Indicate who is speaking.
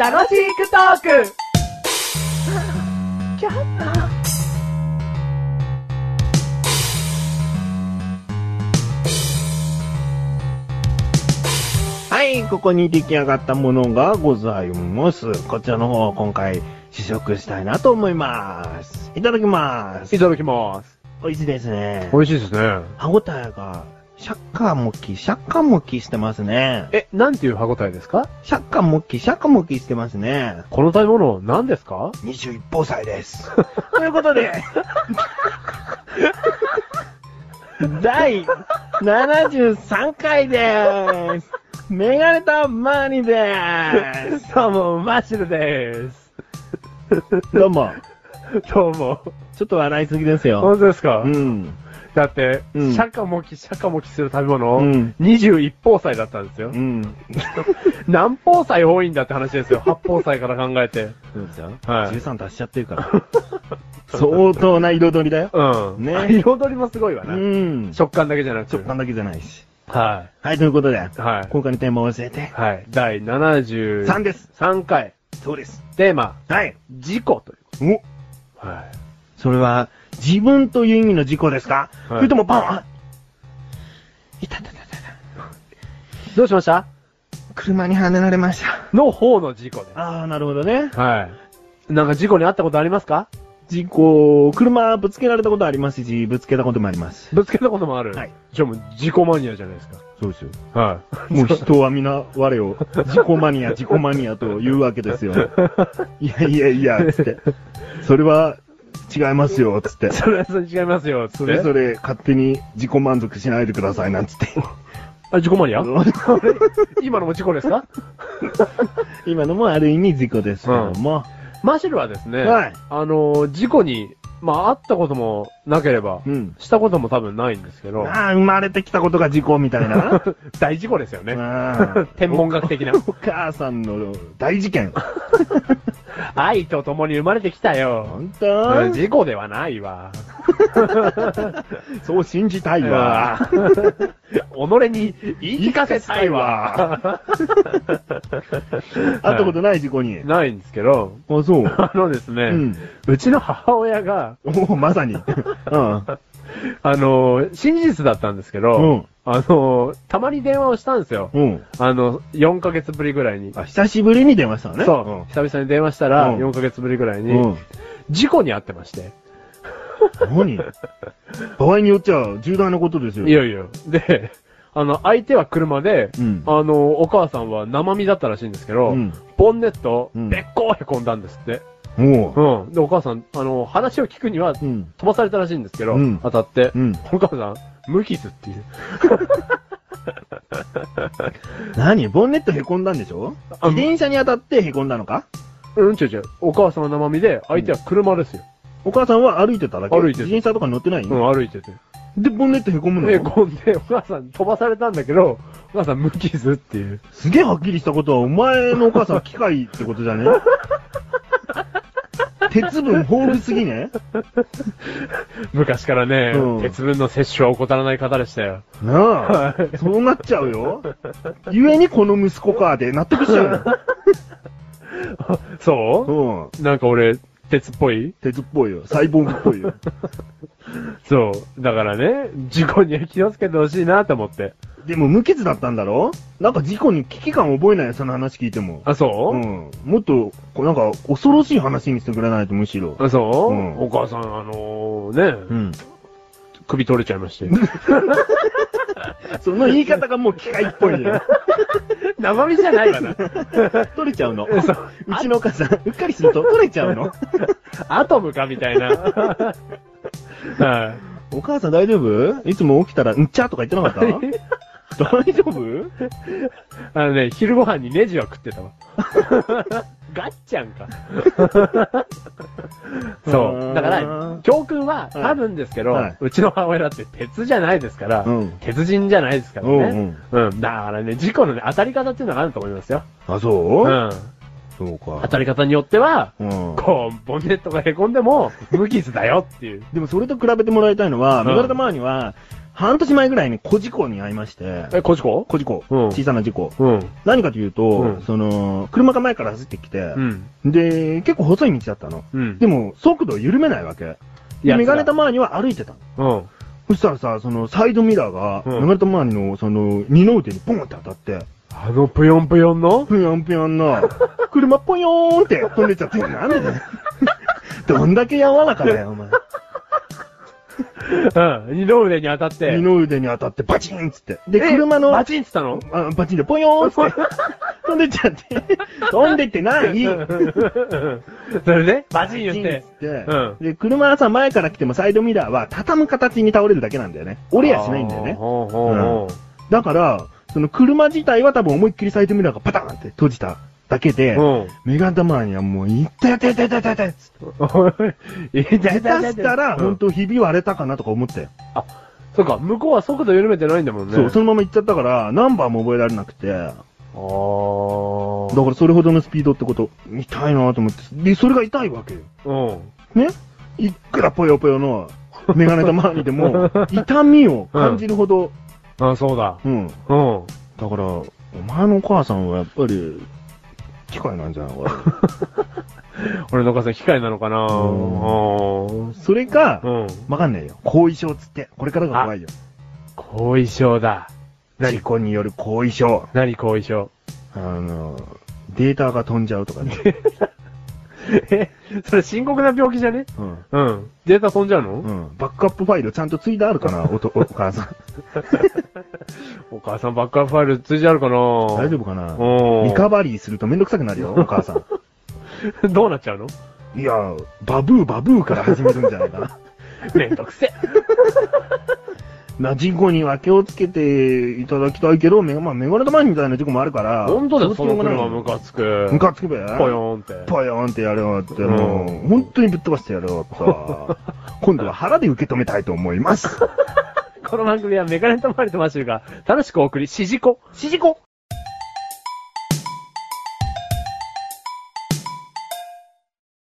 Speaker 1: 楽しくトーク
Speaker 2: はい、ここに出来上がったものがございます。こちらの方を今回試食したいなと思います。いただきます
Speaker 3: い。ただきます。
Speaker 2: 美味しいですね。
Speaker 3: 美味しいですね。
Speaker 2: 歯応えが、シャッカーもき、シャッカーもきしてますね。
Speaker 3: え、なんていう歯応えですか
Speaker 2: シャッカーもき、シャッカーもきしてますね。
Speaker 3: この食べ物何ですか
Speaker 2: 21宝歳です。 ということで、第73回です。メガネタマーニーです。
Speaker 3: どうも、マッシュルです。
Speaker 2: どうも、
Speaker 3: どうも。
Speaker 2: ちょっと笑いすぎですよ。
Speaker 3: 本当ですか、
Speaker 2: うん。
Speaker 3: だって、
Speaker 2: うん
Speaker 3: シャカモキシャカモキする食べ物、
Speaker 2: うん。
Speaker 3: 21宝歳だったんですよ
Speaker 2: う。ん。
Speaker 3: 何宝歳多いんだって話 ですよ。8宝歳から考えて。
Speaker 2: そうですよ。
Speaker 3: はい
Speaker 2: 13足しちゃってるから。 相当な彩りだよ。
Speaker 3: うん。
Speaker 2: ね
Speaker 3: 彩りもすごいわ
Speaker 2: う
Speaker 3: な、
Speaker 2: ん。
Speaker 3: 食感だけじゃなくて。
Speaker 2: 食感だけじゃないし。
Speaker 3: は
Speaker 2: はい、ということで、
Speaker 3: い。はい。
Speaker 2: 今回のテーマを教えて。
Speaker 3: はい。第73
Speaker 2: 3です。
Speaker 3: 回、
Speaker 2: そうです。
Speaker 3: テーマ、
Speaker 2: はい。
Speaker 3: 事故という。
Speaker 2: お
Speaker 3: はい。
Speaker 2: それは、自分という意味の事故ですか、
Speaker 3: はい
Speaker 2: それともパンはいたたたたた。
Speaker 3: どうしました
Speaker 2: 車にはねられました。
Speaker 3: の方の事故で
Speaker 2: あー、なるほどね。
Speaker 3: す。はい。なんか事故にあったことありますか
Speaker 2: 事故、車ぶつけられたことありますし、ぶつけたこともあります。
Speaker 3: ぶつけたこともある。
Speaker 2: はい。
Speaker 3: じゃあもう事故マニアじゃないですか。
Speaker 2: そうですよ。
Speaker 3: はい。
Speaker 2: もう人は皆我 を、自己マニア、自己マニアというわけですよ。 いやいやいや、つって。それは違いますよ、つって。
Speaker 3: それはそれ違いますよ、つっ
Speaker 2: そ
Speaker 3: て
Speaker 2: れぞれ勝手に自己満足しないでください、なんつって。
Speaker 3: あ、事故マニアあれ今のも事故です か
Speaker 2: 今のもある意味事故ですけども。
Speaker 3: マシルはですね、
Speaker 2: はい
Speaker 3: あのー、事故に、まあ、あったこともなければ、
Speaker 2: うん。
Speaker 3: したことも多分ないんですけど、
Speaker 2: ああ、生まれてきたことが事故みたい な。
Speaker 3: 大事故ですよね。
Speaker 2: あ
Speaker 3: 天文学的な。
Speaker 2: お母さんの大事件。
Speaker 3: 愛と共に生まれてきたよ。
Speaker 2: 本当
Speaker 3: 事故ではないわ。
Speaker 2: そう信じたいわ。
Speaker 3: 己に言い聞かせたいわ。
Speaker 2: 会ったことない事故 に。あ、
Speaker 3: ないんですけど、
Speaker 2: そう。
Speaker 3: あのですね、
Speaker 2: う。
Speaker 3: うんちの母親が、
Speaker 2: おお、ま さに。うん。
Speaker 3: あのー、真実だったんですけど、
Speaker 2: うん
Speaker 3: あのー、たまに電話をしたんですよ。
Speaker 2: うん。
Speaker 3: あの、4ヶ月ぶりぐらいに。
Speaker 2: あ、久しぶりに出ましたね。
Speaker 3: そう、久々に電話したら、
Speaker 2: うん
Speaker 3: 4ヶ月ぶりぐらいうに、
Speaker 2: ん。うん。
Speaker 3: 事故に遭ってまして。
Speaker 2: 何場合によっちゃ重大なことですよ。
Speaker 3: いやいや。で、あの、相手は車で、
Speaker 2: うん
Speaker 3: あの、お母さんは生身だったらしいんですけど、
Speaker 2: うん。
Speaker 3: ボンネット、
Speaker 2: うん
Speaker 3: べっこうへこんだんですって。
Speaker 2: もう。
Speaker 3: うん。で、お母さん、あの、話を聞くには、
Speaker 2: うん。
Speaker 3: 飛ばされたらしいんですけど、
Speaker 2: うん
Speaker 3: 当たって、
Speaker 2: うん。
Speaker 3: お母さん、無傷っていう。
Speaker 2: 何ボンネット凹んだんでしょ
Speaker 3: あ
Speaker 2: 自転車に当たって凹んだのか
Speaker 3: うん、ちょいちょい。お母さんは生身で、相手は車ですよ。
Speaker 2: お母さんは歩いてただけ
Speaker 3: 歩いてる
Speaker 2: 自転車とか乗ってない、
Speaker 3: うん、歩いてて。
Speaker 2: で、ボンネット凹むの
Speaker 3: へこんで、お母さん飛ばされたんだけど、お母さん無傷っていう。
Speaker 2: すげえはっきりしたことは、お前のお母さんは機械ってことじゃね 鉄分豊富すぎね
Speaker 3: 昔からね、
Speaker 2: うん
Speaker 3: 鉄分の摂取は怠らない方でしたよ。
Speaker 2: なあ。そうなっちゃうよ。ゆえにこの息子か、で納得しちゃう
Speaker 3: そう、
Speaker 2: の。うん。
Speaker 3: なんか俺、鉄っぽい
Speaker 2: 鉄っぽいよ。サイボーグっぽいよ。
Speaker 3: そう。だからね、事故には気をつけてほしいなと思って。
Speaker 2: でも無傷だったんだろなんか事故に危機感覚えないよ、その話聞いても。
Speaker 3: あ、そうう、
Speaker 2: ん。もっと、こうなんか、恐ろしい話にしてくれないと、むしろ。
Speaker 3: あ、そう、
Speaker 2: うん
Speaker 3: お母さん、あの
Speaker 2: う
Speaker 3: ー、ね、
Speaker 2: ん。
Speaker 3: 首取れちゃいまして。
Speaker 2: その言い方がもう機械っぽい よ。
Speaker 3: 生身じゃないわな。
Speaker 2: 取れちゃうの。
Speaker 3: そう
Speaker 2: うちのお母さん、うっかりすると取れちゃうの。
Speaker 3: アトムかみたいな。 は
Speaker 2: お母さん大丈夫いつも起きたら、うんちゃとか言ってなか
Speaker 3: い。
Speaker 2: った大丈夫
Speaker 3: あのね、昼ご飯にネジは食って たわ。ガッチャンか。 そう。だから、教訓は多分ですけど、
Speaker 2: はいう
Speaker 3: ちの母親だって鉄じゃないですから、
Speaker 2: うん。
Speaker 3: 鉄人じゃないですから
Speaker 2: うんう
Speaker 3: ね。
Speaker 2: ん。
Speaker 3: うん、だからね、事故のね、当たり方っていうのがあると思いますよ。。
Speaker 2: あ、そううんそうか
Speaker 3: 当。たり方によっては、
Speaker 2: うん。
Speaker 3: こう、ボンネットが凹んでも、無傷だよっていう。
Speaker 2: でもそれと比べてもらいたいのは、
Speaker 3: うん
Speaker 2: メガネたまには、半年前ぐらいに小事故に遭いまして、
Speaker 3: え、コジコ
Speaker 2: 小事故、
Speaker 3: うん
Speaker 2: 小さな事故。
Speaker 3: うん。
Speaker 2: 何かというと、
Speaker 3: うん
Speaker 2: その、車が前から走ってきて
Speaker 3: う、ん。
Speaker 2: で、結構細い道だったの。
Speaker 3: うん。
Speaker 2: でも、速度を緩めないわけ。
Speaker 3: いや
Speaker 2: で、メガネたまわりには歩いてたの。
Speaker 3: う
Speaker 2: そ
Speaker 3: ん。
Speaker 2: したらさ、その、サイドミラーが、
Speaker 3: うん
Speaker 2: メガネたまわりの、その、二の腕にポンって当たって、
Speaker 3: あのぷよんぷよんの
Speaker 2: ぷよんぷよん の、車ぽよーんって飛んでっちゃって、なんでだよ。どんだけ柔らかだよ、お前。
Speaker 3: うん。二の腕に当たって。
Speaker 2: 二の腕に当たってバチンっつって。で、
Speaker 3: え
Speaker 2: 車の、
Speaker 3: バチンってたの
Speaker 2: あバチンでポヨーンっつって。 飛んでっちゃって。飛んでってない
Speaker 3: それでバチン言
Speaker 2: バチンっ
Speaker 3: って。
Speaker 2: つって
Speaker 3: うん
Speaker 2: で、車はさ、前から来てもサイドミラーは畳む形に倒れるだけなんだよね。折れやしないんだよ
Speaker 3: あー
Speaker 2: ね。
Speaker 3: ほうほうほ
Speaker 2: だから、その車自体は多分思いっきりサイドミラーがパターンって閉じただけで、
Speaker 3: う。うん。
Speaker 2: メガネ玉にはもう、いったいったいったいったいったいったっつって
Speaker 3: いたい
Speaker 2: 下
Speaker 3: た
Speaker 2: 手したら、本
Speaker 3: 当
Speaker 2: 当ひび割れたかなとか思ったよ。
Speaker 3: そうか、向こうは速度緩めてないんだもんね。
Speaker 2: そう、そのまま行っちゃったから、ナンバーも覚えられなくて、
Speaker 3: あ
Speaker 2: だからそれほどのスピードってこと、痛いなと思って。で、それが痛いわけよ。
Speaker 3: あ。うん。
Speaker 2: ねいくらぽよぽよのメガネた周りでも、痛みを感じるほど、
Speaker 3: あそうだ。
Speaker 2: うん。
Speaker 3: うん。
Speaker 2: だから、お前のお母さんはやっぱり、機械なんじゃないか
Speaker 3: 俺のお母さん機械なのか
Speaker 2: う
Speaker 3: な
Speaker 2: ん
Speaker 3: うん。
Speaker 2: それか、
Speaker 3: うん。
Speaker 2: わかんないよ。後遺症っつって、これからが怖いよ。
Speaker 3: 後遺症だ。
Speaker 2: 事故による後遺症。
Speaker 3: 何後遺症
Speaker 2: あの、データが飛んじゃうとかね。
Speaker 3: え、それ深刻な病気じゃね
Speaker 2: うん。
Speaker 3: うん。データ飛んじゃうの、
Speaker 2: うん。バックアップファイルちゃんとついであるかな、おとお母さん。
Speaker 3: お母さんバックアップファイル通じあるかな
Speaker 2: 大丈夫かな
Speaker 3: うん。
Speaker 2: リカバリーするとめんどくさくなるよ、お母さん。
Speaker 3: どうなっちゃうの
Speaker 2: いや、バブーバブーから始めるんじゃないかな。
Speaker 3: めんどくせ。
Speaker 2: な事故には気をつけていただきたいけど、めまあ、メガネ玉みたいな事故もあるから、
Speaker 3: 本当だよ、その車ム
Speaker 2: ムカ
Speaker 3: カつく。
Speaker 2: ムカつくべ。
Speaker 3: ぽよーんって。
Speaker 2: ぽよんってやるよって、
Speaker 3: うん
Speaker 2: もう、本当にぶっ飛ばしてやるよって。今度は腹で受け止めたいと思います。
Speaker 3: この番組はメガネとマリとマッシュルが楽しくお送り、しじこ。しじこ